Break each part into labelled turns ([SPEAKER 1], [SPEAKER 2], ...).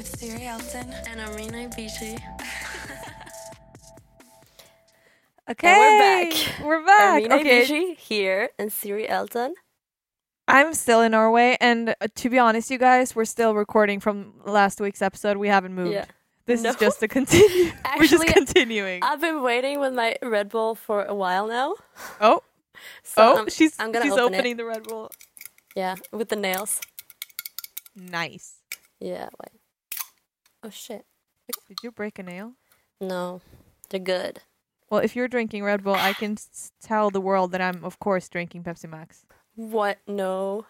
[SPEAKER 1] Elton.
[SPEAKER 2] And Armina Beatty.
[SPEAKER 1] Okay.
[SPEAKER 3] And we're back.
[SPEAKER 1] We're back.
[SPEAKER 3] Armina
[SPEAKER 1] okay.
[SPEAKER 3] Bici here and Siri Elton.
[SPEAKER 1] I'm still in Norway. And uh, to be honest, you guys, we're still recording from last week's episode. We haven't moved.
[SPEAKER 3] Yeah.
[SPEAKER 1] This
[SPEAKER 3] No.
[SPEAKER 1] is just a continue. we're
[SPEAKER 3] Actually, uh,
[SPEAKER 1] just continuing.
[SPEAKER 3] I've been waiting with my Red Bull for a while now.
[SPEAKER 1] oh,
[SPEAKER 3] So
[SPEAKER 1] oh,
[SPEAKER 3] I'm,
[SPEAKER 1] she's,
[SPEAKER 3] I'm gonna
[SPEAKER 1] she's
[SPEAKER 3] open it.
[SPEAKER 1] opening the Red Bull.
[SPEAKER 3] Yeah, with the nails.
[SPEAKER 1] Nice.
[SPEAKER 3] Yeah, wait. Oh shit.
[SPEAKER 1] Did you break a nail?
[SPEAKER 3] No, they're good.
[SPEAKER 1] Well, if you're drinking Red Bull, I can s- tell the world that I'm, of course, drinking Pepsi Max.
[SPEAKER 3] What? No.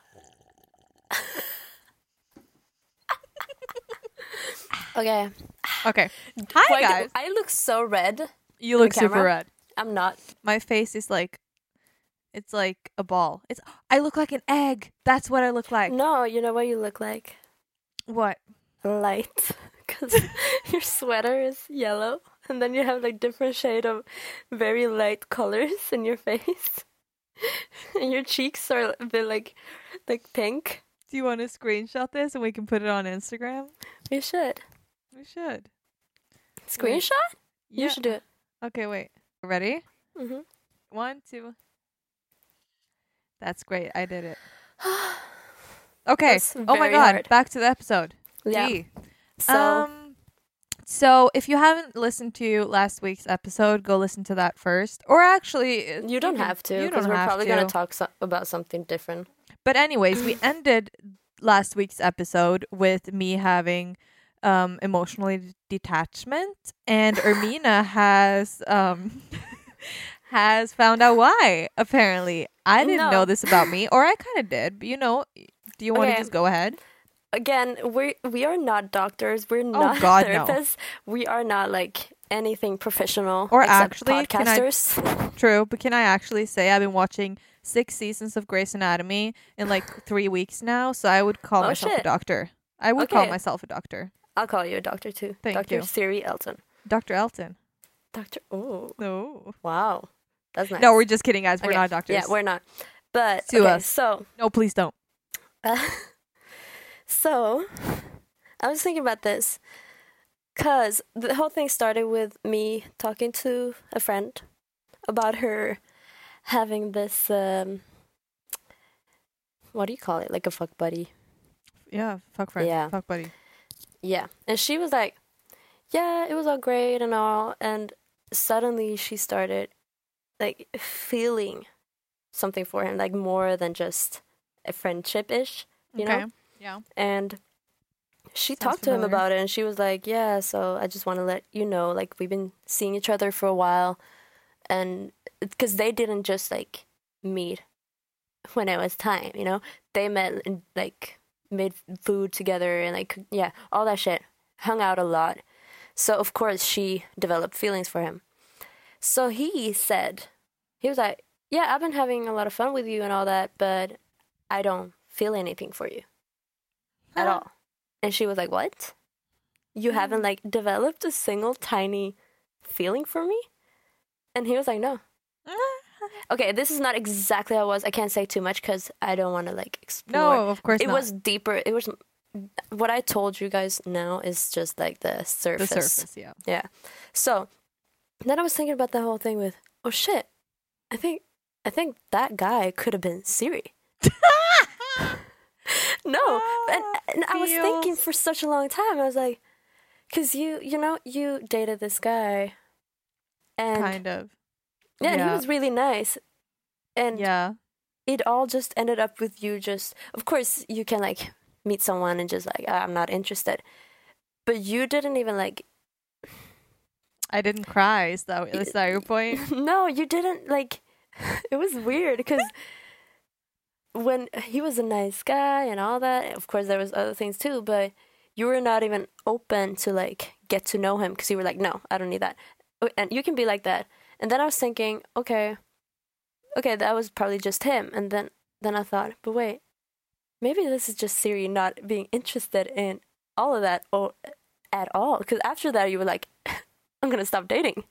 [SPEAKER 3] okay.
[SPEAKER 1] Okay. Hi,
[SPEAKER 3] Why do-
[SPEAKER 1] guys.
[SPEAKER 3] I look so red.
[SPEAKER 1] You look
[SPEAKER 3] the
[SPEAKER 1] super
[SPEAKER 3] camera?
[SPEAKER 1] red.
[SPEAKER 3] I'm not.
[SPEAKER 1] My face is like, it's like a ball. It's I look like an egg. That's what I look like.
[SPEAKER 3] No, you know what you look like?
[SPEAKER 1] What?
[SPEAKER 3] Light. Because your sweater is yellow, and then you have like different shade of very light colors in your face, and your cheeks are a bit like like pink.
[SPEAKER 1] Do you want to screenshot this and we can put it on Instagram?
[SPEAKER 3] You should
[SPEAKER 1] We should.
[SPEAKER 3] screenshot.
[SPEAKER 1] Yeah.
[SPEAKER 3] You should do it.
[SPEAKER 1] Okay, wait. Ready?
[SPEAKER 3] Mm-hmm.
[SPEAKER 1] One, two. That's great. I did it. Okay.
[SPEAKER 3] That's
[SPEAKER 1] oh my
[SPEAKER 3] very
[SPEAKER 1] god.
[SPEAKER 3] hard.
[SPEAKER 1] Back to the episode.
[SPEAKER 3] Yeah.
[SPEAKER 1] Gee.
[SPEAKER 3] So
[SPEAKER 1] Um, so if you haven't listened to last week's episode, go listen to that first. Or actually, uh,
[SPEAKER 3] you don't
[SPEAKER 1] can-
[SPEAKER 3] have to
[SPEAKER 1] you
[SPEAKER 3] because
[SPEAKER 1] don't
[SPEAKER 3] we're
[SPEAKER 1] have
[SPEAKER 3] probably gonna
[SPEAKER 1] to.
[SPEAKER 3] talk so- about something different.
[SPEAKER 1] But anyways, we ended last week's episode with me having um emotionally d- detachment and Ermina has um has found out why apparently. I
[SPEAKER 3] No.
[SPEAKER 1] didn't know this about me or I kind of did, but you know, do you want to
[SPEAKER 3] Okay.
[SPEAKER 1] just go ahead?
[SPEAKER 3] Again, we we are not doctors. We're not
[SPEAKER 1] Oh God, no.
[SPEAKER 3] therapists. We are not like anything professional
[SPEAKER 1] Or
[SPEAKER 3] except
[SPEAKER 1] actually, can I-
[SPEAKER 3] podcasters.
[SPEAKER 1] True, but can I actually say I've been watching 6 seasons of Grey's Anatomy in like 3 weeks now, so I would call
[SPEAKER 3] Oh,
[SPEAKER 1] myself a
[SPEAKER 3] shit.
[SPEAKER 1] doctor. I would call
[SPEAKER 3] Okay.
[SPEAKER 1] myself a doctor.
[SPEAKER 3] I'll call you a doctor too.
[SPEAKER 1] Thank
[SPEAKER 3] Dr.
[SPEAKER 1] you.
[SPEAKER 3] Siri Elton.
[SPEAKER 1] Dr. Elton.
[SPEAKER 3] Doctor. Oh,
[SPEAKER 1] No.
[SPEAKER 3] wow. That's nice.
[SPEAKER 1] No, we're just kidding, guys. We're
[SPEAKER 3] Okay.
[SPEAKER 1] not doctors.
[SPEAKER 3] Yeah, we're not. But
[SPEAKER 1] Sue
[SPEAKER 3] okay,
[SPEAKER 1] us.
[SPEAKER 3] so
[SPEAKER 1] No, please don't.
[SPEAKER 3] Uh, so, I was thinking about this because the whole thing started with me talking to a friend about her having this. Um, what do you call it? Like a fuck buddy.
[SPEAKER 1] Yeah, fuck friend.
[SPEAKER 3] Yeah.
[SPEAKER 1] Fuck buddy.
[SPEAKER 3] Yeah. And she was like, yeah, it was all great and all. And suddenly she started like feeling something for him, like more than just a friendship ish. You know?
[SPEAKER 1] Yeah.
[SPEAKER 3] and she
[SPEAKER 1] Sounds
[SPEAKER 3] talked to him
[SPEAKER 1] familiar.
[SPEAKER 3] about it and she was like yeah so i just want to let you know like we've been seeing each other for a while and because they didn't just like meet when it was time you know they met and like made food together and like yeah all that shit hung out a lot so of course she developed feelings for him so he said he was like yeah i've been having a lot of fun with you and all that but i don't feel anything for you at all. And she was like, What? You haven't like developed a single tiny feeling for me? And he was like, No. Okay, this is not exactly how it was. I can't say too much because I don't want to like explore.
[SPEAKER 1] no, of course
[SPEAKER 3] it
[SPEAKER 1] not.
[SPEAKER 3] was deeper. It was what I told you guys now is just like the
[SPEAKER 1] the
[SPEAKER 3] surface.
[SPEAKER 1] surface, yeah.
[SPEAKER 3] So then I was thinking about the whole thing with, oh shit, I think I think that guy could have been Siri. No, and,
[SPEAKER 1] Ah,
[SPEAKER 3] and I was thinking
[SPEAKER 1] feels.
[SPEAKER 3] for such a long time. I was like, because you, you know, you dated this guy, and
[SPEAKER 1] kind of.
[SPEAKER 3] yeah, and he
[SPEAKER 1] yeah.
[SPEAKER 3] was really nice, and
[SPEAKER 1] Yeah.
[SPEAKER 3] it all just ended up with you. Just of course, you can like meet someone and just like "Ah, I'm not interested, but you didn't even like
[SPEAKER 1] I didn't cry. Is that, is that your point?
[SPEAKER 3] no, you didn't like. It was weird because when he was a nice guy and all that, of course there was other things too, but you were not even open to like get to know him because you were like, no, I don't need that, Oh, and you can be like that. And then I was thinking, okay, okay, that was probably just him. And then then I thought, but wait, maybe this is just Siri not being interested in all of that or at all. Because after that, you were like, I'm gonna stop dating.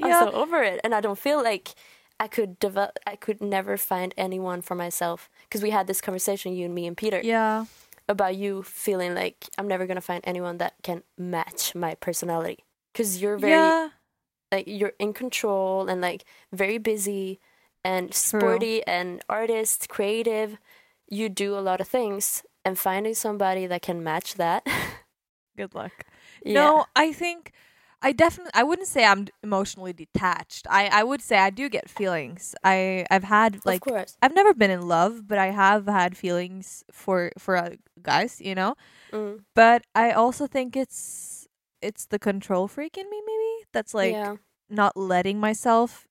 [SPEAKER 3] I'm so over it, and I don't feel like I could develop. I could never find anyone for myself because we had this conversation, you and me and Peter,
[SPEAKER 1] yeah.
[SPEAKER 3] about you feeling like I'm never gonna find anyone that can match my personality because you're very
[SPEAKER 1] yeah.
[SPEAKER 3] like you're in control and like very busy and
[SPEAKER 1] True.
[SPEAKER 3] sporty and artist, creative. You do a lot of things, and finding somebody that can match that.
[SPEAKER 1] Good luck.
[SPEAKER 3] yeah.
[SPEAKER 1] No, I think I definitely I wouldn't say I'm d- emotionally detached. I I would say I do get feelings. I I've had like
[SPEAKER 3] of course.
[SPEAKER 1] I've never been in love, but I have had feelings for for uh, guys, you know.
[SPEAKER 3] Mm.
[SPEAKER 1] But I also think it's it's the control freak in me maybe that's like
[SPEAKER 3] yeah.
[SPEAKER 1] not letting myself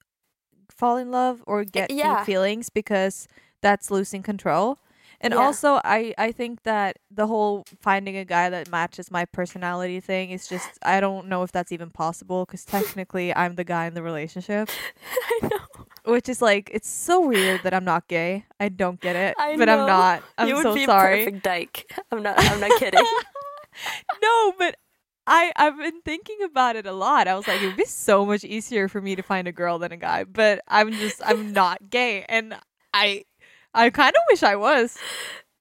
[SPEAKER 1] fall in love or get deep
[SPEAKER 3] Eh, yeah.
[SPEAKER 1] feelings because that's losing control. And
[SPEAKER 3] Yeah.
[SPEAKER 1] also I I think that the whole finding a guy that matches my personality thing is just I don't know if that's even possible cuz technically I'm the guy in the relationship,
[SPEAKER 3] I know.
[SPEAKER 1] which is like it's so weird that I'm not gay. I don't get it,
[SPEAKER 3] I
[SPEAKER 1] but
[SPEAKER 3] know.
[SPEAKER 1] I'm not. I'm
[SPEAKER 3] you would
[SPEAKER 1] so
[SPEAKER 3] be a
[SPEAKER 1] sorry.
[SPEAKER 3] perfect dyke. I'm not. I'm not kidding.
[SPEAKER 1] no, but I I've been thinking about it a lot. I was like, it would be so much easier for me to find a girl than a guy, but I'm just I'm not gay, and I I kind of wish I was.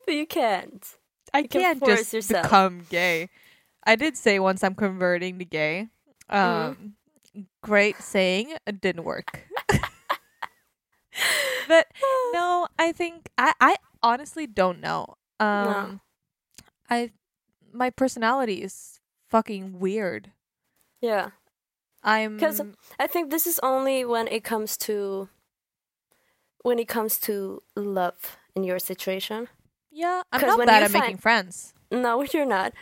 [SPEAKER 3] But you can't.
[SPEAKER 1] I
[SPEAKER 3] can
[SPEAKER 1] can't
[SPEAKER 3] force
[SPEAKER 1] just
[SPEAKER 3] yourself.
[SPEAKER 1] become gay. I did say once I'm converting to gay.
[SPEAKER 3] Mm-hmm.
[SPEAKER 1] Um, Great saying, it didn't work. but no, I think I I honestly don't know. Um, I my personality is fucking weird.
[SPEAKER 3] Yeah.
[SPEAKER 1] I'm
[SPEAKER 3] 'Cause- I think this is only when it comes to when it comes to love in your situation.
[SPEAKER 1] yeah, I'm
[SPEAKER 3] 'cause
[SPEAKER 1] not
[SPEAKER 3] when
[SPEAKER 1] bad
[SPEAKER 3] you
[SPEAKER 1] at
[SPEAKER 3] find-
[SPEAKER 1] making friends.
[SPEAKER 3] No, you're not.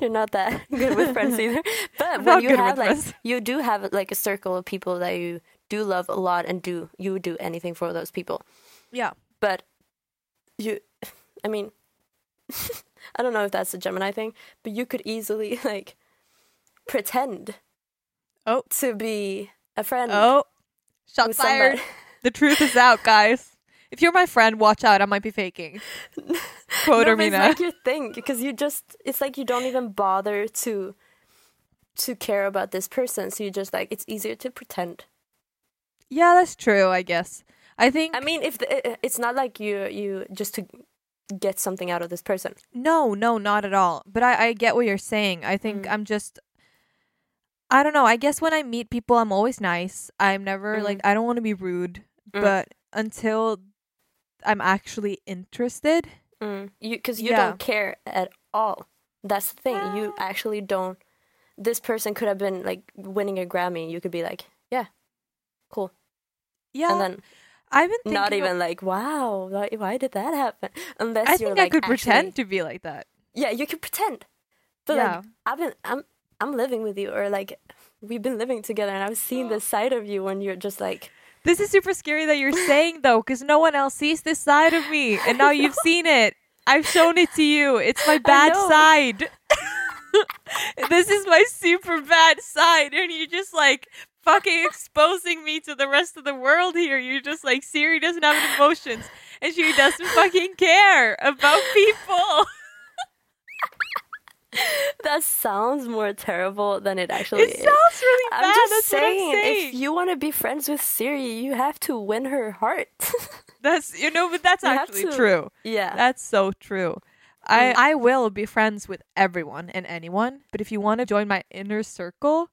[SPEAKER 3] You're not that good with friends either. But
[SPEAKER 1] I'm
[SPEAKER 3] when
[SPEAKER 1] not
[SPEAKER 3] you
[SPEAKER 1] good
[SPEAKER 3] have
[SPEAKER 1] with
[SPEAKER 3] like
[SPEAKER 1] friends.
[SPEAKER 3] you do have like a circle of people that you do love a lot and do you would do anything for those people.
[SPEAKER 1] Yeah.
[SPEAKER 3] But you I mean I don't know if that's a Gemini thing, but you could easily like pretend
[SPEAKER 1] Oh.
[SPEAKER 3] to be a friend
[SPEAKER 1] Oh, shots
[SPEAKER 3] with somebody.
[SPEAKER 1] fired. The truth is out, guys. If you're my friend, watch out. I might be faking. Quote
[SPEAKER 3] No,
[SPEAKER 1] or
[SPEAKER 3] but
[SPEAKER 1] Mina.
[SPEAKER 3] It's like your thing because you just it's like you don't even bother to to care about this person. So you just like it's easier to pretend.
[SPEAKER 1] yeah, that's true. I guess. I think
[SPEAKER 3] I mean, if the, it's not like you you just to get something out of this person.
[SPEAKER 1] no, no, not at all. But I, I get what you're saying. I think
[SPEAKER 3] Mm.
[SPEAKER 1] I'm just. I don't know. I guess when I meet people, I'm always nice. I'm never
[SPEAKER 3] Mm.
[SPEAKER 1] like I don't want to be rude,
[SPEAKER 3] Mm.
[SPEAKER 1] but until I'm actually interested,
[SPEAKER 3] Mm. You because you
[SPEAKER 1] Yeah.
[SPEAKER 3] don't care at all. That's the thing. You actually don't. This person could have been like winning a Grammy. You could be like, yeah, cool,
[SPEAKER 1] yeah.
[SPEAKER 3] and then
[SPEAKER 1] I've been thinking
[SPEAKER 3] not
[SPEAKER 1] a-
[SPEAKER 3] even like, wow, why, why did that happen? Unless
[SPEAKER 1] I
[SPEAKER 3] you're
[SPEAKER 1] think I
[SPEAKER 3] like
[SPEAKER 1] could
[SPEAKER 3] actually-
[SPEAKER 1] pretend to be like that.
[SPEAKER 3] Yeah, you could pretend. But
[SPEAKER 1] yeah.
[SPEAKER 3] like I've been I'm I'm living with you or like we've been living together and I've seen this side of you when you're just like
[SPEAKER 1] this is super scary that you're saying though, because no one else sees this side of me, and now you've seen it. I've shown it to you. It's my bad
[SPEAKER 3] know.
[SPEAKER 1] side. this is my super bad side, and you're just like fucking exposing me to the rest of the world here. You're just like Siri doesn't have any emotions, and she doesn't fucking care about people.
[SPEAKER 3] that sounds more terrible than it actually
[SPEAKER 1] It
[SPEAKER 3] is.
[SPEAKER 1] sounds really bad.
[SPEAKER 3] I'm just
[SPEAKER 1] That's
[SPEAKER 3] saying,
[SPEAKER 1] what I'm saying.
[SPEAKER 3] if you want to be friends with Siri, you have to win her heart.
[SPEAKER 1] That's you know, but that's
[SPEAKER 3] You have
[SPEAKER 1] actually
[SPEAKER 3] to-
[SPEAKER 1] true.
[SPEAKER 3] yeah.
[SPEAKER 1] That's so true. I I will be friends with everyone and anyone, but if you want to join my inner circle,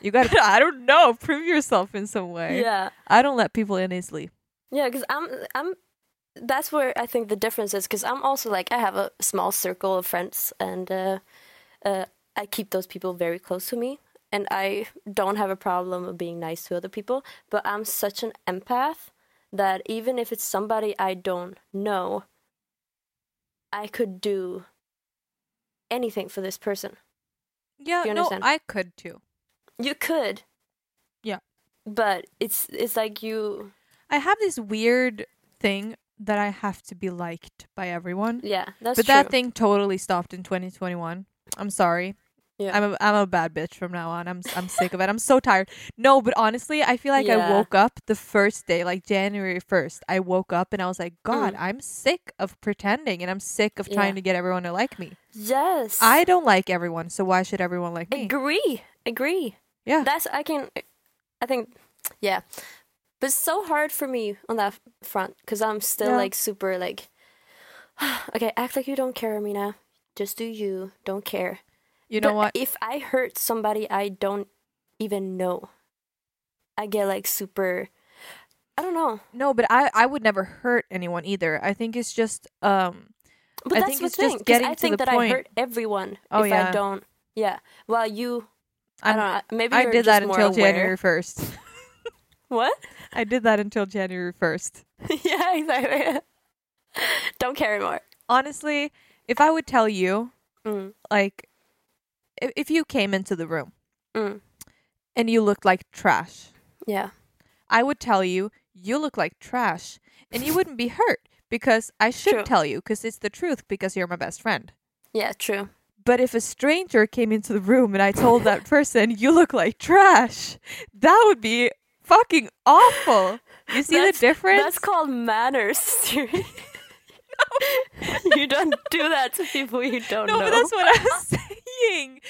[SPEAKER 1] you got to I don't know, prove yourself in some way.
[SPEAKER 3] yeah.
[SPEAKER 1] I don't let people in easily.
[SPEAKER 3] Yeah, because I'm I'm that's where I think the difference is because I'm also like I have a small circle of friends and uh, uh, I keep those people very close to me and I don't have a problem of being nice to other people. But I'm such an empath that even if it's somebody I don't know, I could do anything for this person.
[SPEAKER 1] Yeah,
[SPEAKER 3] You
[SPEAKER 1] no,
[SPEAKER 3] understand?
[SPEAKER 1] I could too.
[SPEAKER 3] You could,
[SPEAKER 1] Yeah.
[SPEAKER 3] but it's it's like you
[SPEAKER 1] I have this weird thing that I have to be liked by everyone.
[SPEAKER 3] yeah that's
[SPEAKER 1] but
[SPEAKER 3] true.
[SPEAKER 1] that thing totally stopped in 2021. I'm sorry.
[SPEAKER 3] Yeah.
[SPEAKER 1] I'm a, I'm a bad bitch from now on. I'm s- I'm sick of it. I'm so tired. No, but honestly, I feel like I
[SPEAKER 3] Yeah.
[SPEAKER 1] woke up the first day, like January 1st. I woke up and I was like, God, I'm sick of pretending and I'm sick of trying
[SPEAKER 3] Mm. Yeah.
[SPEAKER 1] to get everyone to like me.
[SPEAKER 3] yes,
[SPEAKER 1] I don't like everyone, so why should everyone like me?
[SPEAKER 3] agree agree.
[SPEAKER 1] Yeah.
[SPEAKER 3] that's I can, I think, yeah, but it's so hard for me on that front because I'm still
[SPEAKER 1] Yeah.
[SPEAKER 3] like super like, okay, act like you don't care, Amina. Just do you. Don't care.
[SPEAKER 1] You know
[SPEAKER 3] But
[SPEAKER 1] what?
[SPEAKER 3] If I hurt somebody I don't even know, I get like super. I don't know.
[SPEAKER 1] No, but I I would never hurt anyone either. I think it's just um
[SPEAKER 3] But
[SPEAKER 1] I
[SPEAKER 3] that's
[SPEAKER 1] think
[SPEAKER 3] the
[SPEAKER 1] it's
[SPEAKER 3] thing.
[SPEAKER 1] just
[SPEAKER 3] 'cause
[SPEAKER 1] getting
[SPEAKER 3] I
[SPEAKER 1] to
[SPEAKER 3] think
[SPEAKER 1] the
[SPEAKER 3] that
[SPEAKER 1] point.
[SPEAKER 3] I hurt everyone
[SPEAKER 1] Oh,
[SPEAKER 3] if
[SPEAKER 1] yeah.
[SPEAKER 3] I don't. Yeah. Well, you. I'm, I
[SPEAKER 1] I'm-
[SPEAKER 3] do not know. Maybe
[SPEAKER 1] I
[SPEAKER 3] you're
[SPEAKER 1] did
[SPEAKER 3] just
[SPEAKER 1] that
[SPEAKER 3] more
[SPEAKER 1] until
[SPEAKER 3] aware.
[SPEAKER 1] January 1st.
[SPEAKER 3] What?
[SPEAKER 1] I did that until January 1st.
[SPEAKER 3] yeah, exactly. don't care anymore.
[SPEAKER 1] Honestly, if I would tell you
[SPEAKER 3] Mm,
[SPEAKER 1] like if, if you came into the room
[SPEAKER 3] mm,
[SPEAKER 1] and you looked like trash,
[SPEAKER 3] yeah.
[SPEAKER 1] I would tell you you look like trash and you wouldn't be hurt because I should
[SPEAKER 3] True.
[SPEAKER 1] tell you because it's the truth because you're my best friend.
[SPEAKER 3] Yeah. True.
[SPEAKER 1] But if a stranger came into the room and I told that person, you look like trash, that would be fucking awful. You see
[SPEAKER 3] That's-
[SPEAKER 1] the difference?
[SPEAKER 3] That's called manners, Siri. you don't do that to people you don't
[SPEAKER 1] no,
[SPEAKER 3] know.
[SPEAKER 1] but that's what I'm saying.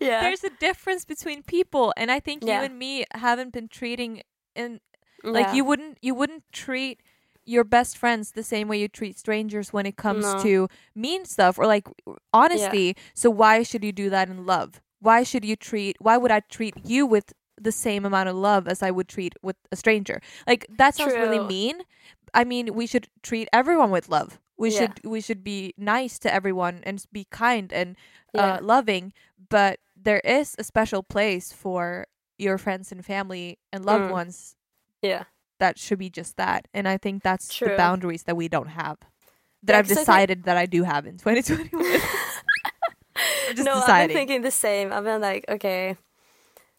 [SPEAKER 3] yeah.
[SPEAKER 1] There's a difference between people, and I think
[SPEAKER 3] Yeah.
[SPEAKER 1] you and me haven't been treating and
[SPEAKER 3] Yeah.
[SPEAKER 1] like you wouldn't you wouldn't treat your best friends the same way you treat strangers when it comes
[SPEAKER 3] No.
[SPEAKER 1] to mean stuff or like honesty. So why should you do that in love? Why should you treat why would I treat you with the same amount of love as I would treat with a stranger? Like that sounds really
[SPEAKER 3] True.
[SPEAKER 1] mean. I mean, we should treat everyone with love. We
[SPEAKER 3] Yeah.
[SPEAKER 1] should we should be nice to everyone and s- be kind and
[SPEAKER 3] Yeah.
[SPEAKER 1] uh, loving, but there is a special place for your friends and family and
[SPEAKER 3] Mm.
[SPEAKER 1] loved ones
[SPEAKER 3] Yeah.
[SPEAKER 1] that should be just that. And I think that's
[SPEAKER 3] True.
[SPEAKER 1] the boundaries that we don't have. That
[SPEAKER 3] Yeah,
[SPEAKER 1] I've
[SPEAKER 3] 'cause I think-
[SPEAKER 1] decided that I do have in 2021. I'm just
[SPEAKER 3] no, I've
[SPEAKER 1] deciding.
[SPEAKER 3] been thinking the same. I've been like, okay,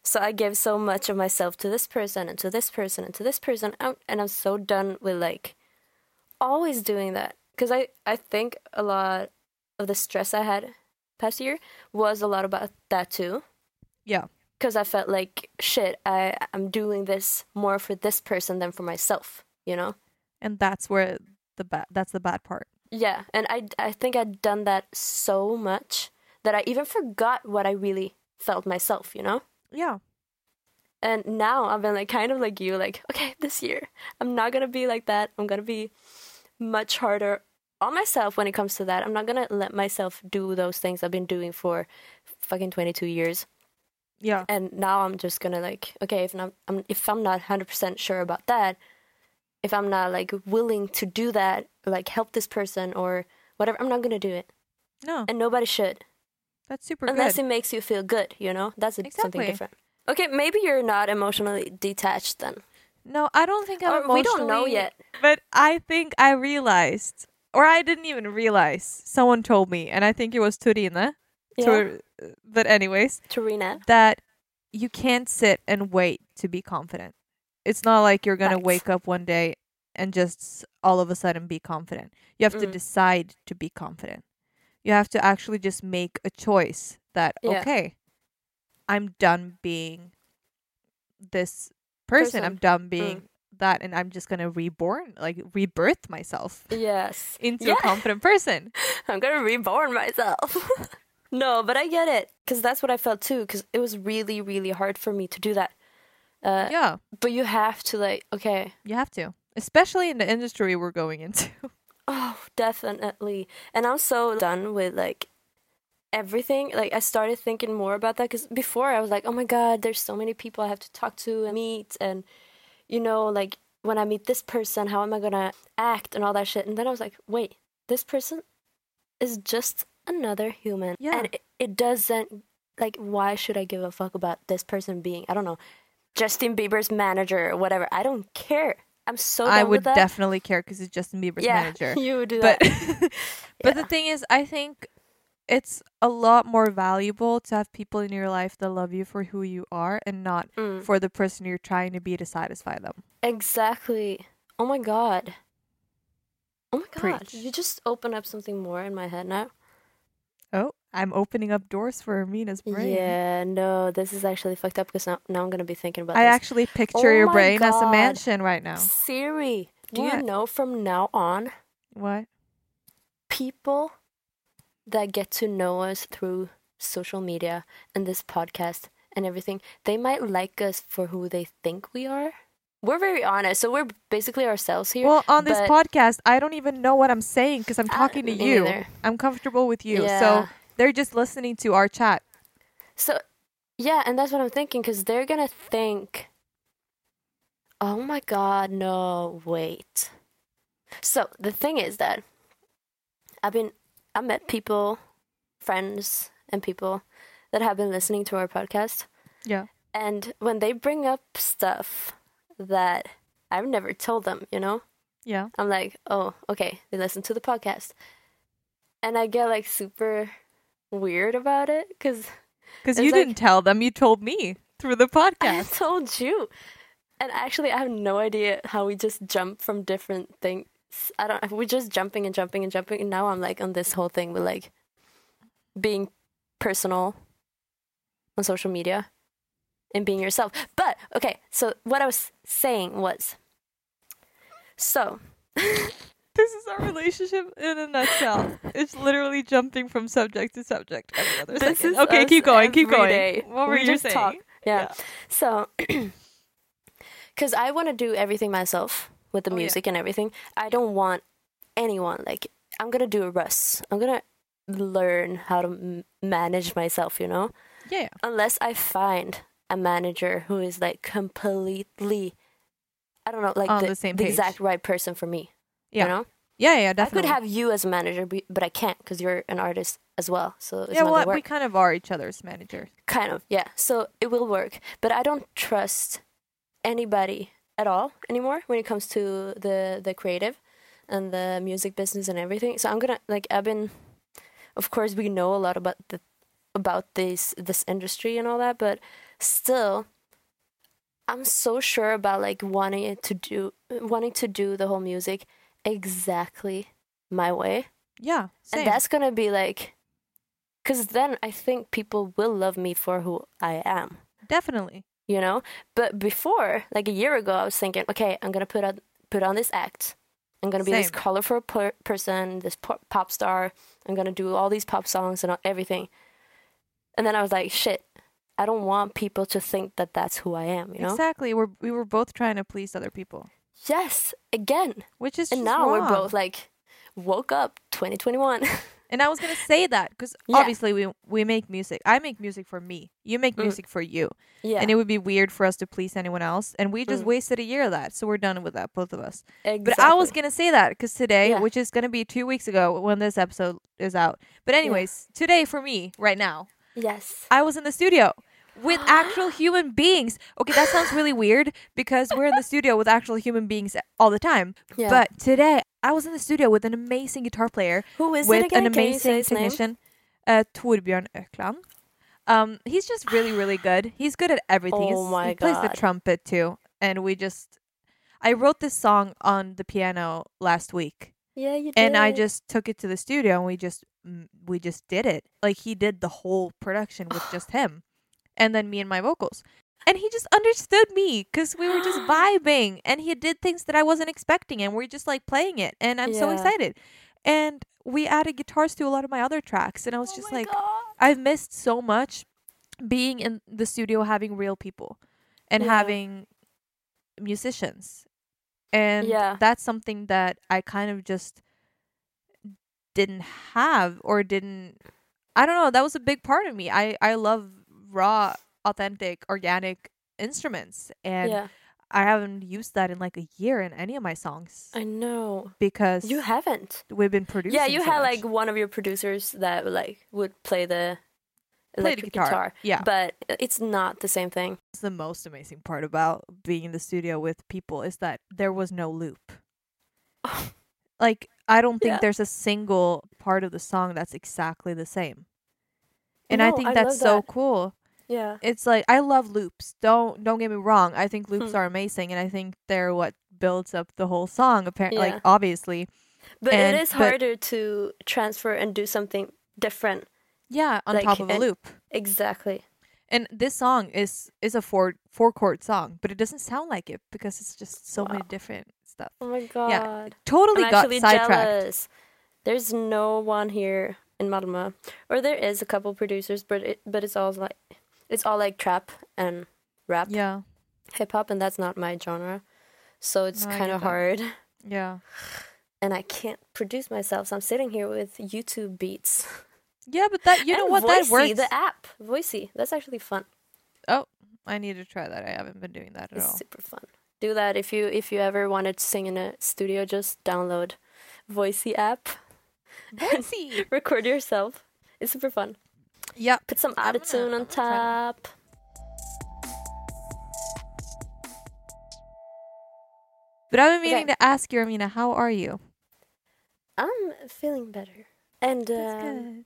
[SPEAKER 3] so I give so much of myself to this person and to this person and to this person, um, and I'm so done with like always doing that because I I think a lot of the stress I had past year was a lot about that too.
[SPEAKER 1] Yeah.
[SPEAKER 3] because I felt like shit. I I'm doing this more for this person than for myself. You know.
[SPEAKER 1] and that's where the ba- that's the bad part.
[SPEAKER 3] Yeah, and I I think I'd done that so much that I even forgot what I really felt myself. You know.
[SPEAKER 1] Yeah.
[SPEAKER 3] and now I've been like kind of like you, like okay, this year I'm not gonna be like that. I'm gonna be much harder on myself when it comes to that. I'm not gonna let myself do those things I've been doing for fucking 22 years.
[SPEAKER 1] Yeah.
[SPEAKER 3] And now I'm just gonna like okay, if not, I'm if I'm not 100% sure about that, if I'm not like willing to do that, like help this person or whatever, I'm not gonna do it.
[SPEAKER 1] No,
[SPEAKER 3] And nobody should
[SPEAKER 1] that's super
[SPEAKER 3] unless
[SPEAKER 1] good.
[SPEAKER 3] it makes you feel good you know that's a, something
[SPEAKER 1] Exactly.
[SPEAKER 3] different okay maybe you're not emotionally detached then
[SPEAKER 1] no, I don't think I'm
[SPEAKER 3] or
[SPEAKER 1] emotionally
[SPEAKER 3] Oh, we don't know yet
[SPEAKER 1] But I think I realized or I didn't even realize. Someone told me and I think it was Turina.
[SPEAKER 3] yeah.
[SPEAKER 1] Tur- but anyways,
[SPEAKER 3] Torina.
[SPEAKER 1] that you can't sit and wait to be confident. It's not like you're going to
[SPEAKER 3] Facts.
[SPEAKER 1] wake up one day and just all of a sudden be confident. You have to
[SPEAKER 3] Mm.
[SPEAKER 1] decide to be confident. You have to actually just make a choice that,
[SPEAKER 3] Yeah.
[SPEAKER 1] okay, I'm done being this person.
[SPEAKER 3] Person. Mm.
[SPEAKER 1] I'm done being that. And I'm just going to reborn, like rebirth myself
[SPEAKER 3] yes
[SPEAKER 1] into
[SPEAKER 3] Yeah.
[SPEAKER 1] a confident person.
[SPEAKER 3] i'm gonna reborn myself no but i get it because that's what i felt too because it was really really hard for me to do that uh,
[SPEAKER 1] yeah,
[SPEAKER 3] but you have to like okay
[SPEAKER 1] you have to, especially in the industry we're going into.
[SPEAKER 3] oh definitely and i'm so done with like everything like i started thinking more about that because before i was like oh my god there's so many people i have to talk to and meet and you know like when i meet this person how am i gonna act and all that shit and then i was like wait this person is just another human
[SPEAKER 1] Yeah.
[SPEAKER 3] and it, it doesn't like why should i give a fuck about this person being i don't know justin bieber's manager or whatever i don't care i'm so done
[SPEAKER 1] I
[SPEAKER 3] with
[SPEAKER 1] would
[SPEAKER 3] that.
[SPEAKER 1] definitely care because it's Justin Bieber's
[SPEAKER 3] yeah
[SPEAKER 1] manager.
[SPEAKER 3] you would do
[SPEAKER 1] But
[SPEAKER 3] that
[SPEAKER 1] but the thing is, I think it's a lot more valuable to have people in your life that love you for who you are and not
[SPEAKER 3] Mm.
[SPEAKER 1] for the person you're trying to be to satisfy them.
[SPEAKER 3] Exactly. Oh my god. Oh my god.
[SPEAKER 1] Preach.
[SPEAKER 3] You just open up something more in my head now.
[SPEAKER 1] Oh, I'm opening up doors for Amina's brain.
[SPEAKER 3] Yeah, no, this is actually fucked up because now, now I'm gonna be thinking about
[SPEAKER 1] I
[SPEAKER 3] this.
[SPEAKER 1] actually picture
[SPEAKER 3] Oh
[SPEAKER 1] your
[SPEAKER 3] my
[SPEAKER 1] brain as a
[SPEAKER 3] God.
[SPEAKER 1] mansion right now.
[SPEAKER 3] Siri, do you
[SPEAKER 1] What?
[SPEAKER 3] know from now on
[SPEAKER 1] What?
[SPEAKER 3] people that get to know us through social media and this podcast and everything, they might like us for who they think we are, we're very honest. So we're basically ourselves here.
[SPEAKER 1] Well, on this
[SPEAKER 3] but-
[SPEAKER 1] podcast, I don't even know what I'm saying because I'm
[SPEAKER 3] I-
[SPEAKER 1] talking to
[SPEAKER 3] me
[SPEAKER 1] you.
[SPEAKER 3] neither.
[SPEAKER 1] I'm comfortable with you.
[SPEAKER 3] Yeah.
[SPEAKER 1] So they're just listening to our chat.
[SPEAKER 3] So, yeah, and that's what I'm thinking because they're gonna think, oh my god, no, wait. So, the thing is that I've been, I met people, friends, and people that have been listening to our podcast.
[SPEAKER 1] Yeah.
[SPEAKER 3] And when they bring up stuff that I've never told them, you know,
[SPEAKER 1] Yeah.
[SPEAKER 3] I'm like, oh, okay, they listen to the podcast. And I get like super weird about it because
[SPEAKER 1] Because
[SPEAKER 3] It's
[SPEAKER 1] you
[SPEAKER 3] like-
[SPEAKER 1] didn't tell them, you told me through the
[SPEAKER 3] I
[SPEAKER 1] podcast.
[SPEAKER 3] told you. And actually, I have no idea how we just jump from different things. I don't. We're just jumping and jumping and jumping. And now I'm like on this whole thing with like being personal on social media and being yourself. But okay, so what I was saying was, so
[SPEAKER 1] This is our relationship in a nutshell. It's literally jumping from subject to subject every other
[SPEAKER 3] this
[SPEAKER 1] second.
[SPEAKER 3] is
[SPEAKER 1] okay,
[SPEAKER 3] us
[SPEAKER 1] keep going, keep
[SPEAKER 3] every
[SPEAKER 1] going.
[SPEAKER 3] day.
[SPEAKER 1] What were
[SPEAKER 3] We
[SPEAKER 1] you
[SPEAKER 3] just
[SPEAKER 1] saying?
[SPEAKER 3] talk. Yeah.
[SPEAKER 1] Yeah.
[SPEAKER 3] So, because I want to do everything myself with the
[SPEAKER 1] Oh, yeah.
[SPEAKER 3] music and everything, I don't want anyone like I'm gonna do a Russ. I'm gonna learn how to m- manage myself. You know,
[SPEAKER 1] Yeah.
[SPEAKER 3] unless I find a manager who is like completely, I don't know, like
[SPEAKER 1] On the same page.
[SPEAKER 3] exact right person for me.
[SPEAKER 1] Yeah.
[SPEAKER 3] You know,
[SPEAKER 1] Yeah, yeah,
[SPEAKER 3] I could
[SPEAKER 1] definitely.
[SPEAKER 3] have you as a manager, be- but I can't because you're an artist as well. So it's
[SPEAKER 1] yeah,
[SPEAKER 3] not gonna
[SPEAKER 1] well,
[SPEAKER 3] work
[SPEAKER 1] we kind of are each other's managers.
[SPEAKER 3] kind of yeah so it will work but i don't trust anybody at all anymore when it comes to the the creative and the music business and everything so i'm gonna like i've been of course we know a lot about the about this this industry and all that but still i'm so sure about like wanting it to do wanting to do the whole music exactly my way
[SPEAKER 1] Yeah. Same.
[SPEAKER 3] and that's gonna be like, because then I think people will love me for who I am,
[SPEAKER 1] definitely.
[SPEAKER 3] you know. But before, like a year ago, I was thinking, okay, I'm gonna put on put on this act. I'm gonna be this
[SPEAKER 1] Same.
[SPEAKER 3] colorful per- person, this po- pop star. I'm gonna do all these pop songs and all- everything. And then I was like, shit, I don't want people to think that that's who I am, you know.
[SPEAKER 1] Exactly. We're, we were both trying to please other people,
[SPEAKER 3] Yes, again.
[SPEAKER 1] which is
[SPEAKER 3] And
[SPEAKER 1] just
[SPEAKER 3] now we're
[SPEAKER 1] wrong.
[SPEAKER 3] both like, woke up 2021.
[SPEAKER 1] And I was gonna say that because
[SPEAKER 3] Yeah.
[SPEAKER 1] obviously we we make music. I make music for me. You make
[SPEAKER 3] Mm.
[SPEAKER 1] music for you.
[SPEAKER 3] yeah,
[SPEAKER 1] And it would be weird for us to please anyone else. And we just
[SPEAKER 3] Mm.
[SPEAKER 1] wasted a year of that. So we're done with that, both of us.
[SPEAKER 3] exactly.
[SPEAKER 1] But I was gonna say that because today,
[SPEAKER 3] Yeah.
[SPEAKER 1] which is gonna be two weeks ago when this episode is out. But anyways, today for me, right now,
[SPEAKER 3] yes.
[SPEAKER 1] I was in the studio with actual human beings. Okay, that sounds really weird because we're in the studio with actual human beings all the time.
[SPEAKER 3] Yeah.
[SPEAKER 1] But today, I was in the studio with an amazing guitar player
[SPEAKER 3] Who is it
[SPEAKER 1] with
[SPEAKER 3] again?
[SPEAKER 1] an
[SPEAKER 3] Can you say
[SPEAKER 1] amazing
[SPEAKER 3] his name?
[SPEAKER 1] technician, uh, Torbjörn Ökland. Um, he's just really, really good. He's good at everything.
[SPEAKER 3] Oh
[SPEAKER 1] He's-
[SPEAKER 3] my
[SPEAKER 1] he plays the
[SPEAKER 3] God.
[SPEAKER 1] trumpet too, and we just. I wrote this song on the piano last week,
[SPEAKER 3] Yeah, you did.
[SPEAKER 1] and I just took it to the studio, and we just mm, we just did it. Like he did the whole production with just him, and then me and my vocals. And he just understood me because we were just vibing, and he did things that I wasn't expecting, and we're just like playing it, and I'm so
[SPEAKER 3] Yeah.
[SPEAKER 1] excited. And we added guitars to a lot of my other
[SPEAKER 3] Oh
[SPEAKER 1] tracks, and I was just like, I've missed so much being in the studio having real people and
[SPEAKER 3] Yeah.
[SPEAKER 1] having musicians. And
[SPEAKER 3] Yeah.
[SPEAKER 1] that's something that I kind of just didn't have or didn't I don't know, that was a big part of me. I I love raw, authentic, organic instruments and
[SPEAKER 3] yeah,
[SPEAKER 1] I haven't used that in like a year in any of my songs
[SPEAKER 3] I know.
[SPEAKER 1] because
[SPEAKER 3] You haven't.
[SPEAKER 1] we've been producing
[SPEAKER 3] Yeah, you
[SPEAKER 1] so
[SPEAKER 3] had
[SPEAKER 1] much.
[SPEAKER 3] like one of your producers that like would play the
[SPEAKER 1] Play the
[SPEAKER 3] electric guitar.
[SPEAKER 1] Yeah.
[SPEAKER 3] But it's not the same thing.
[SPEAKER 1] That's the most amazing part about being in the studio with people is that there was no loop. Like I don't think
[SPEAKER 3] Yeah.
[SPEAKER 1] there's a single part of the song that's exactly the same. And I
[SPEAKER 3] No,
[SPEAKER 1] think
[SPEAKER 3] I
[SPEAKER 1] that's
[SPEAKER 3] love
[SPEAKER 1] so
[SPEAKER 3] that.
[SPEAKER 1] cool.
[SPEAKER 3] Yeah.
[SPEAKER 1] It's like I love loops. Don't don't get me wrong. I think loops
[SPEAKER 3] Hmm.
[SPEAKER 1] are amazing and I think they're what builds up the whole song apparently
[SPEAKER 3] Yeah.
[SPEAKER 1] like obviously.
[SPEAKER 3] But
[SPEAKER 1] And-
[SPEAKER 3] it is
[SPEAKER 1] but-
[SPEAKER 3] harder to transfer and do something different.
[SPEAKER 1] Yeah, on
[SPEAKER 3] Like,
[SPEAKER 1] top of a
[SPEAKER 3] and-
[SPEAKER 1] loop.
[SPEAKER 3] Exactly.
[SPEAKER 1] And this song is is a four four chord song, but it doesn't sound like it because it's just so many
[SPEAKER 3] Wow.
[SPEAKER 1] different stuff.
[SPEAKER 3] Oh my god.
[SPEAKER 1] Totally
[SPEAKER 3] I'm
[SPEAKER 1] got
[SPEAKER 3] actually
[SPEAKER 1] sidetracked.
[SPEAKER 3] jealous. There's no one here in Malmö, or there is a couple producers, but it, but it's all like it's all like trap and rap,
[SPEAKER 1] Yeah.
[SPEAKER 3] hip hop, and that's not my genre. So it's
[SPEAKER 1] No, I
[SPEAKER 3] kind
[SPEAKER 1] get
[SPEAKER 3] of
[SPEAKER 1] that.
[SPEAKER 3] hard.
[SPEAKER 1] Yeah.
[SPEAKER 3] And I can't produce myself. So I'm sitting here with YouTube beats.
[SPEAKER 1] Yeah, but that you know
[SPEAKER 3] And
[SPEAKER 1] what that
[SPEAKER 3] Voicey,
[SPEAKER 1] works. Oh,
[SPEAKER 3] The app, Voicey. That's actually fun.
[SPEAKER 1] I need to try that. I haven't been doing that at
[SPEAKER 3] It's
[SPEAKER 1] all.
[SPEAKER 3] super fun. Do that if you if you ever wanted to sing in a studio. Just download Voicey app.
[SPEAKER 1] Voicey.
[SPEAKER 3] Record yourself. It's super fun.
[SPEAKER 1] yeah.
[SPEAKER 3] Put some
[SPEAKER 1] I'm gonna-
[SPEAKER 3] autotune on
[SPEAKER 1] I'm gonna try that.
[SPEAKER 3] top.
[SPEAKER 1] But I've been meaning
[SPEAKER 3] Okay.
[SPEAKER 1] to ask you, Amina, how are you?
[SPEAKER 3] I'm feeling better. And
[SPEAKER 1] That's
[SPEAKER 3] um,
[SPEAKER 1] good.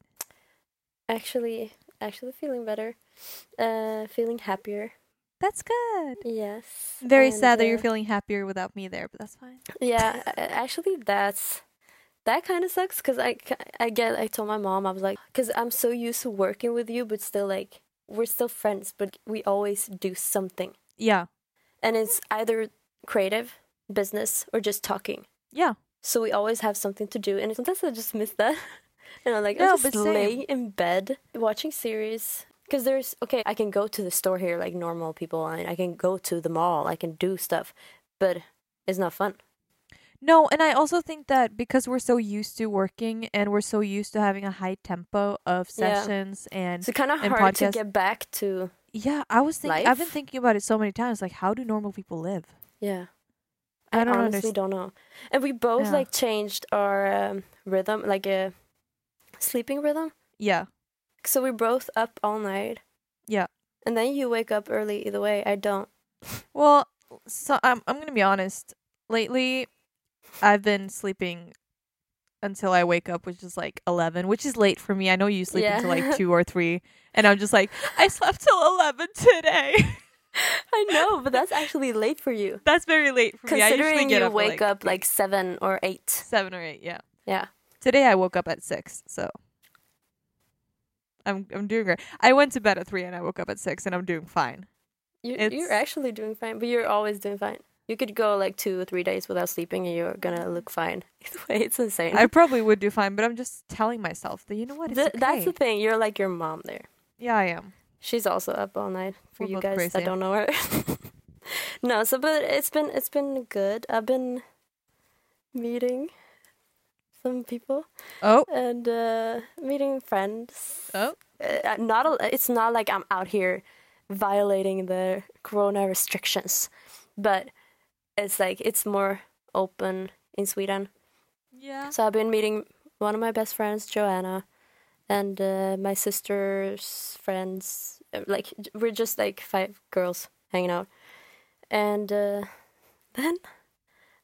[SPEAKER 3] actually actually feeling better. Uh feeling happier.
[SPEAKER 1] That's good.
[SPEAKER 3] Yes.
[SPEAKER 1] I'm very
[SPEAKER 3] And,
[SPEAKER 1] sad that you're
[SPEAKER 3] uh,
[SPEAKER 1] feeling happier without me there, but that's fine.
[SPEAKER 3] Yeah, a- a- actually, that's that kind of sucks because I, ca- I get I told my mom I was like because I'm so used to working with you, but still like we're still friends, but we always do something,
[SPEAKER 1] Yeah.
[SPEAKER 3] and it's either creative, business, or just talking.
[SPEAKER 1] Yeah.
[SPEAKER 3] So we always have something to do, and sometimes I just miss that. And I'm like,
[SPEAKER 1] No,
[SPEAKER 3] I just
[SPEAKER 1] but same.
[SPEAKER 3] lay in bed watching series. Because there's, okay, I can go to the store here like normal people, and I can go to the mall, I can do stuff, but it's not fun.
[SPEAKER 1] No, and I also think that because we're so used to working and we're so used to having a high tempo of
[SPEAKER 3] Yeah.
[SPEAKER 1] sessions and
[SPEAKER 3] It's kind of
[SPEAKER 1] and
[SPEAKER 3] hard to
[SPEAKER 1] podcast-
[SPEAKER 3] get back to.
[SPEAKER 1] yeah, I was thinking I've been
[SPEAKER 3] Life?
[SPEAKER 1] thinking about it so many times like how do normal people live?
[SPEAKER 3] Yeah,
[SPEAKER 1] I, don't
[SPEAKER 3] honestly
[SPEAKER 1] understand.
[SPEAKER 3] don't know. And we both
[SPEAKER 1] Yeah.
[SPEAKER 3] like changed our um, rhythm, like a sleeping rhythm.
[SPEAKER 1] Yeah.
[SPEAKER 3] So we're both up all night.
[SPEAKER 1] Yeah.
[SPEAKER 3] And then you wake up early either way. I don't.
[SPEAKER 1] Well, so I'm I'm gonna be honest. Lately, I've been sleeping until I wake up, which is like eleven, which is late for me. I know you sleep
[SPEAKER 3] Yeah.
[SPEAKER 1] until like two or three, and I'm just like, I slept till eleven today.
[SPEAKER 3] I know, but that's actually late for you.
[SPEAKER 1] That's very late for me. I usually
[SPEAKER 3] Considering
[SPEAKER 1] get
[SPEAKER 3] you
[SPEAKER 1] up at,
[SPEAKER 3] wake
[SPEAKER 1] like,
[SPEAKER 3] up like seven or eight.
[SPEAKER 1] seven or eight. Yeah.
[SPEAKER 3] Yeah.
[SPEAKER 1] Today I woke up at six, so I'm I'm doing great. I went to bed at three and I woke up at six, and I'm doing fine.
[SPEAKER 3] You,
[SPEAKER 1] It's-
[SPEAKER 3] you're actually doing fine, but you're always doing fine. You could go like two or three days without sleeping and you're gonna look fine. Either way, it's insane.
[SPEAKER 1] I probably would do fine, but I'm just telling myself that you know what? It's
[SPEAKER 3] Th- That's the
[SPEAKER 1] okay.
[SPEAKER 3] thing. You're like your mom there.
[SPEAKER 1] yeah, I am.
[SPEAKER 3] She's also up all night for
[SPEAKER 1] We're
[SPEAKER 3] you
[SPEAKER 1] both
[SPEAKER 3] guys
[SPEAKER 1] crazy.
[SPEAKER 3] that don't know her. no, so but it's been it's been good. I've been meeting some people
[SPEAKER 1] Oh,
[SPEAKER 3] and uh, meeting friends.
[SPEAKER 1] oh.
[SPEAKER 3] Uh, not a, it's not like I'm out here violating the corona restrictions, but it's like it's more open in Sweden.
[SPEAKER 1] Yeah.
[SPEAKER 3] So I've been meeting one of my best friends, Joanna, and uh, my sister's friends. Uh, Like j- we're just like five girls hanging out, and uh, then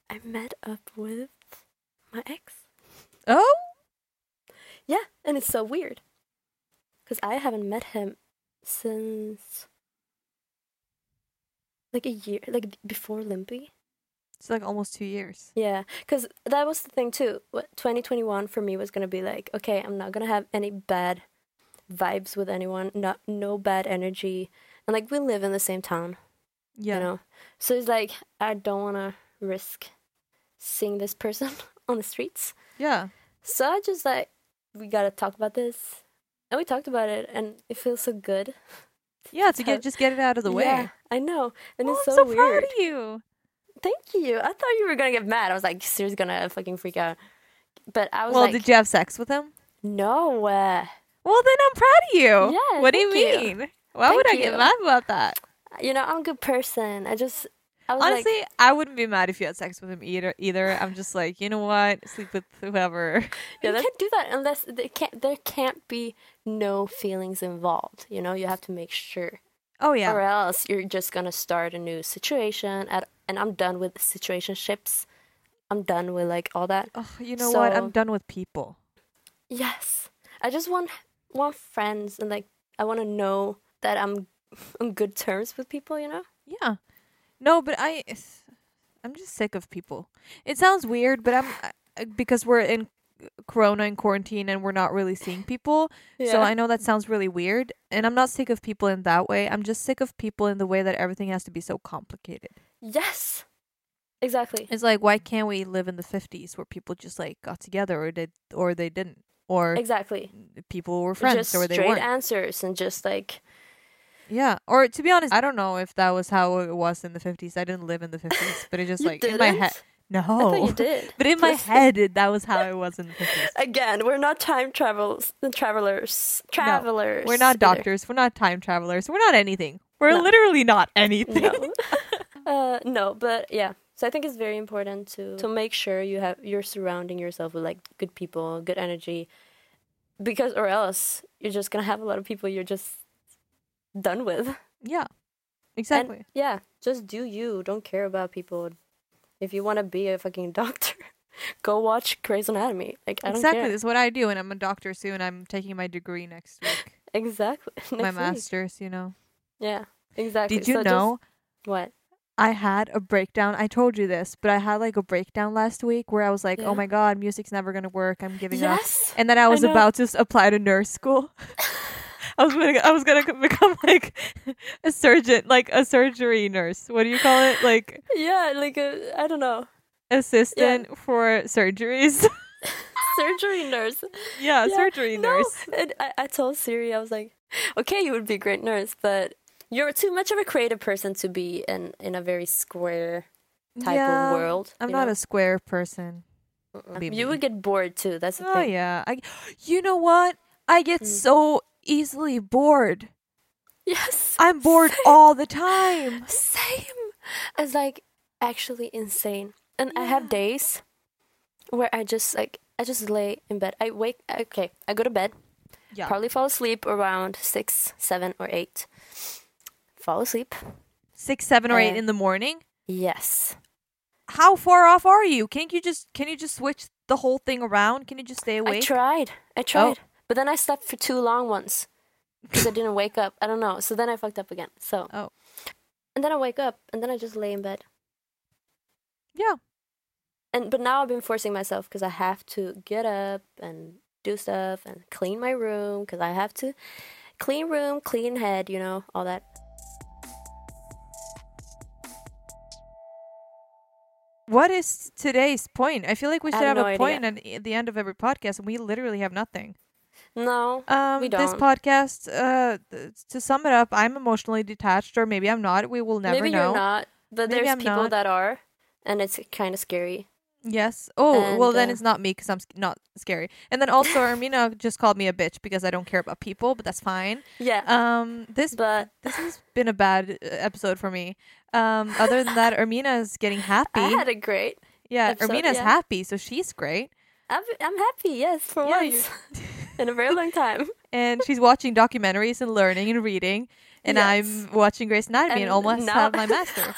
[SPEAKER 3] I met up with my ex.
[SPEAKER 1] Oh,
[SPEAKER 3] Yeah, and it's so weird because I haven't met him since like a year, like b- before Limpy.
[SPEAKER 1] it's like almost two years.
[SPEAKER 3] Yeah, because that was the thing too. What 2021 for me was gonna be like, okay, I'm not gonna have any bad vibes with anyone, not no bad energy, and like we live in the same town,
[SPEAKER 1] Yeah.
[SPEAKER 3] you know. So it's like I don't wanna risk seeing this person on the streets.
[SPEAKER 1] Yeah.
[SPEAKER 3] So I just like we gotta talk about this, and we talked about it, and it feels so good.
[SPEAKER 1] Yeah. To
[SPEAKER 3] So-
[SPEAKER 1] get just get it out of the way.
[SPEAKER 3] Yeah, I know, and
[SPEAKER 1] Oh,
[SPEAKER 3] it's
[SPEAKER 1] I'm
[SPEAKER 3] so,
[SPEAKER 1] so
[SPEAKER 3] weird.
[SPEAKER 1] proud of you.
[SPEAKER 3] Thank you. I thought you were gonna get mad. I was like, Sir's gonna fucking freak out. But I was
[SPEAKER 1] Well,
[SPEAKER 3] like,
[SPEAKER 1] did you have sex with him?
[SPEAKER 3] no. Uh,
[SPEAKER 1] Well, then I'm proud of you.
[SPEAKER 3] Yeah,
[SPEAKER 1] What do you
[SPEAKER 3] thank you.
[SPEAKER 1] mean? Why would I
[SPEAKER 3] Thank
[SPEAKER 1] get
[SPEAKER 3] you.
[SPEAKER 1] mad about that?
[SPEAKER 3] you know, I'm a good person. I just, I was
[SPEAKER 1] Honestly,
[SPEAKER 3] like,
[SPEAKER 1] I wouldn't be mad if you had sex with him either. Either I'm just like, you know what? Sleep with whoever.
[SPEAKER 3] you
[SPEAKER 1] that's-
[SPEAKER 3] can't do that unless there can't, there can't be no feelings involved. You know, you have to make sure,
[SPEAKER 1] Oh yeah.
[SPEAKER 3] or else you're just gonna start a new situation. At, and I'm done with situationships. I'm done with like all that.
[SPEAKER 1] Oh, you know what? I'm
[SPEAKER 3] So-
[SPEAKER 1] done with people.
[SPEAKER 3] Yes, I just want want friends and like I want to know that I'm on good terms with people. You know.
[SPEAKER 1] Yeah. No, but I it's- I'm just sick of people. It sounds weird, but I'm I- because we're in corona and quarantine and we're not really seeing people. So I know that sounds really weird, and I'm not sick of people in that way. I'm just sick of people in the way that everything has to be so complicated.
[SPEAKER 3] Yes. Exactly.
[SPEAKER 1] It's like why can't we live in the 50s where people just like got together or did or they didn't or
[SPEAKER 3] Exactly.
[SPEAKER 1] people were friends
[SPEAKER 3] just
[SPEAKER 1] or they
[SPEAKER 3] straight
[SPEAKER 1] weren't.
[SPEAKER 3] answers and just like
[SPEAKER 1] Yeah. Or to be honest, I don't know if that was how it was in the 50s. I didn't live in the 50s, but it just
[SPEAKER 3] You
[SPEAKER 1] like in my
[SPEAKER 3] didn't?
[SPEAKER 1] head. No.
[SPEAKER 3] I thought you did.
[SPEAKER 1] But in my
[SPEAKER 3] Listen.
[SPEAKER 1] head, it- that was how it was in the 50s.
[SPEAKER 3] Again, we're not time travels travelers.
[SPEAKER 1] No,
[SPEAKER 3] Travelers.
[SPEAKER 1] we're not
[SPEAKER 3] either.
[SPEAKER 1] doctors. We're not time travelers. We're not anything. We're
[SPEAKER 3] No.
[SPEAKER 1] literally not anything.
[SPEAKER 3] no. uh, no, but yeah. So I think it's very important to to make sure you have you're surrounding yourself with like good people, good energy, because or else you're just gonna have a lot of people you're just done with.
[SPEAKER 1] Yeah.
[SPEAKER 3] And,
[SPEAKER 1] Exactly.
[SPEAKER 3] yeah, just do you. Don't care about people. If you want to be a fucking doctor, go watch Grey's Anatomy. Like I don't
[SPEAKER 1] exactly.
[SPEAKER 3] care.
[SPEAKER 1] That's what I do. And I'm a doctor soon. I'm taking my degree next week.
[SPEAKER 3] Exactly.
[SPEAKER 1] my
[SPEAKER 3] Next week.
[SPEAKER 1] master's, you know.
[SPEAKER 3] Yeah. Exactly.
[SPEAKER 1] Did you
[SPEAKER 3] So just-
[SPEAKER 1] know
[SPEAKER 3] what?
[SPEAKER 1] I had a breakdown? I told you this, but I had like a breakdown last week where I was like,
[SPEAKER 3] Yeah.
[SPEAKER 1] oh my God, music's never going to work. I'm giving up.
[SPEAKER 3] Yes.
[SPEAKER 1] And then I was
[SPEAKER 3] know.
[SPEAKER 1] about to s- apply to nurse school. I was gonna, I was gonna c- become like a surgeon, like a surgery nurse. What do you call it? Like
[SPEAKER 3] Yeah, like uh, I I don't know,
[SPEAKER 1] assistant for surgeries.
[SPEAKER 3] surgery nurse.
[SPEAKER 1] yeah,
[SPEAKER 3] Yeah,
[SPEAKER 1] surgery
[SPEAKER 3] no.
[SPEAKER 1] nurse.
[SPEAKER 3] And I, I told Siri, I was like, okay, you would be a great nurse, but you're too much of a creative person to be in, in a very square type
[SPEAKER 1] yeah,
[SPEAKER 3] of world.
[SPEAKER 1] I'm
[SPEAKER 3] you
[SPEAKER 1] not
[SPEAKER 3] know?
[SPEAKER 1] a square person.
[SPEAKER 3] Mm-mm.
[SPEAKER 1] be
[SPEAKER 3] You
[SPEAKER 1] me.
[SPEAKER 3] would get bored too. That's the
[SPEAKER 1] Oh
[SPEAKER 3] thing.
[SPEAKER 1] yeah, I. You know what? I get
[SPEAKER 3] Mm.
[SPEAKER 1] so easily bored.
[SPEAKER 3] Yes.
[SPEAKER 1] I'm bored
[SPEAKER 3] Same.
[SPEAKER 1] all the time.
[SPEAKER 3] Same. It's like actually insane. And I
[SPEAKER 1] Yeah.
[SPEAKER 3] have days where I just like, I just lay in bed. I wake, okay, I go to bed.
[SPEAKER 1] Yeah.
[SPEAKER 3] Probably fall asleep around six, seven, or eight. Fall asleep.
[SPEAKER 1] Six, seven, or eight
[SPEAKER 3] Uh,
[SPEAKER 1] in the morning.
[SPEAKER 3] Yes.
[SPEAKER 1] How far off are you? Can't you just? Can you just switch the whole thing around? Can you just stay
[SPEAKER 3] I
[SPEAKER 1] awake?
[SPEAKER 3] tried.
[SPEAKER 1] Oh.
[SPEAKER 3] I tried. But then I slept for too long once because I didn't wake up. I don't know. So then I fucked up again. So.
[SPEAKER 1] Oh.
[SPEAKER 3] And then I wake up and then I just lay in bed.
[SPEAKER 1] yeah.
[SPEAKER 3] And but now I've been forcing myself because I have to get up and do stuff and clean my room because I have to clean room, clean head, you know, all that.
[SPEAKER 1] What is today's point? I feel like we
[SPEAKER 3] I
[SPEAKER 1] should have,
[SPEAKER 3] have no
[SPEAKER 1] a
[SPEAKER 3] idea.
[SPEAKER 1] point at i- the end of every podcast, and we literally have nothing.
[SPEAKER 3] No.
[SPEAKER 1] Um,
[SPEAKER 3] We
[SPEAKER 1] This
[SPEAKER 3] don't.
[SPEAKER 1] podcast, uh, th- to sum it up, I'm emotionally detached, or maybe I'm not. We will never
[SPEAKER 3] maybe
[SPEAKER 1] know.
[SPEAKER 3] you're not, but
[SPEAKER 1] Maybe
[SPEAKER 3] there's
[SPEAKER 1] I'm
[SPEAKER 3] people
[SPEAKER 1] not.
[SPEAKER 3] that are and it's kind of scary.
[SPEAKER 1] Yes. Oh, well,
[SPEAKER 3] And,
[SPEAKER 1] then
[SPEAKER 3] uh,
[SPEAKER 1] it's not me because I'm sc- not scary. And then also, Armina just called me a bitch because I don't care about people, but that's fine.
[SPEAKER 3] Yeah.
[SPEAKER 1] Um, this
[SPEAKER 3] but
[SPEAKER 1] this has been a bad uh, episode for me. Um, other than that, Armina is getting happy.
[SPEAKER 3] I had a great
[SPEAKER 1] yeah,
[SPEAKER 3] episode,
[SPEAKER 1] Armina's
[SPEAKER 3] yeah.
[SPEAKER 1] happy, so she's great,
[SPEAKER 3] I'm, I'm happy, yes, for
[SPEAKER 1] Yeah,
[SPEAKER 3] once. In a very long time.
[SPEAKER 1] and she's watching documentaries and learning and reading, and
[SPEAKER 3] Yes.
[SPEAKER 1] I'm watching Grey's Anatomy and,
[SPEAKER 3] And
[SPEAKER 1] almost
[SPEAKER 3] now-
[SPEAKER 1] have my master.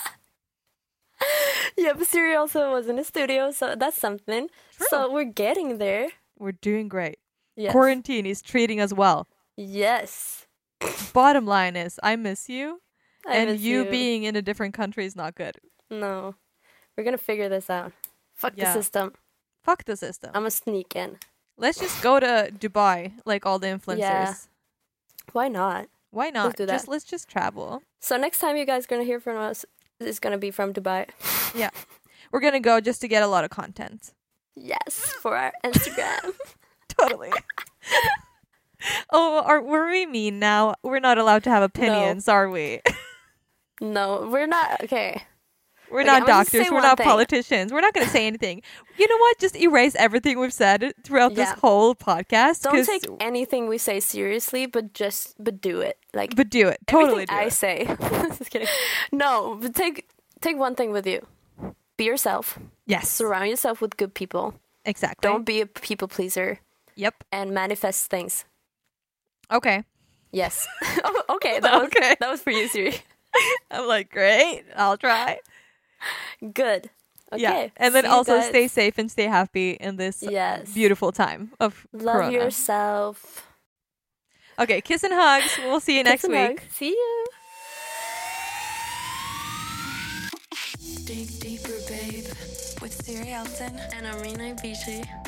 [SPEAKER 3] yeah, but Siri also was in the studio, so that's something.
[SPEAKER 1] True.
[SPEAKER 3] So we're getting there.
[SPEAKER 1] We're doing great.
[SPEAKER 3] Yes.
[SPEAKER 1] Quarantine is treating us well.
[SPEAKER 3] yes.
[SPEAKER 1] Bottom line is, I miss you,
[SPEAKER 3] I
[SPEAKER 1] and
[SPEAKER 3] miss
[SPEAKER 1] you, being in a different country is not good.
[SPEAKER 3] No. We're gonna figure this out. Fuck
[SPEAKER 1] Yeah.
[SPEAKER 3] the system.
[SPEAKER 1] Fuck the system.
[SPEAKER 3] I'm gonna sneak in.
[SPEAKER 1] Let's just go to Dubai, like all the influencers.
[SPEAKER 3] Why not?
[SPEAKER 1] Why not?
[SPEAKER 3] do
[SPEAKER 1] Just
[SPEAKER 3] that.
[SPEAKER 1] let's just travel.
[SPEAKER 3] So next time you guys gonna hear from us is gonna be from Dubai.
[SPEAKER 1] Yeah. We're gonna go just to get a lot of content.
[SPEAKER 3] Yes, for our Instagram.
[SPEAKER 1] Totally. oh, are were we mean now? We're not allowed to have opinions, are we?
[SPEAKER 3] no, we're not okay.
[SPEAKER 1] We're
[SPEAKER 3] Okay,
[SPEAKER 1] not
[SPEAKER 3] I'm gonna
[SPEAKER 1] doctors.
[SPEAKER 3] say
[SPEAKER 1] We're
[SPEAKER 3] one
[SPEAKER 1] not
[SPEAKER 3] thing.
[SPEAKER 1] politicians. We're not gonna say anything. You know what? Just erase everything we've said throughout this
[SPEAKER 3] Yeah.
[SPEAKER 1] whole podcast.
[SPEAKER 3] Don't
[SPEAKER 1] 'cause-
[SPEAKER 3] take anything we say seriously, but just but do it. Like
[SPEAKER 1] but do it. Totally
[SPEAKER 3] everything
[SPEAKER 1] do
[SPEAKER 3] I
[SPEAKER 1] it.
[SPEAKER 3] say. Just kidding. No, but take take one thing with you. Be yourself.
[SPEAKER 1] Yes.
[SPEAKER 3] Surround yourself with good people.
[SPEAKER 1] exactly.
[SPEAKER 3] Don't be a people pleaser
[SPEAKER 1] Yep.
[SPEAKER 3] and manifest things.
[SPEAKER 1] Okay.
[SPEAKER 3] Yes. Oh, okay, that was
[SPEAKER 1] Okay.
[SPEAKER 3] that was for you, Siri.
[SPEAKER 1] I'm like, great. I'll try.
[SPEAKER 3] Good. Okay.
[SPEAKER 1] Yeah. And then
[SPEAKER 3] see you
[SPEAKER 1] also
[SPEAKER 3] guys.
[SPEAKER 1] stay safe and stay happy in this
[SPEAKER 3] Yes.
[SPEAKER 1] beautiful time of
[SPEAKER 3] Love
[SPEAKER 1] corona.
[SPEAKER 3] yourself.
[SPEAKER 1] Okay, kiss and hugs. We'll see you next
[SPEAKER 3] Kiss and
[SPEAKER 1] week.
[SPEAKER 3] hug. See you.
[SPEAKER 2] Dig deeper, babe. With Siri Elton.
[SPEAKER 3] And Armina Beachy.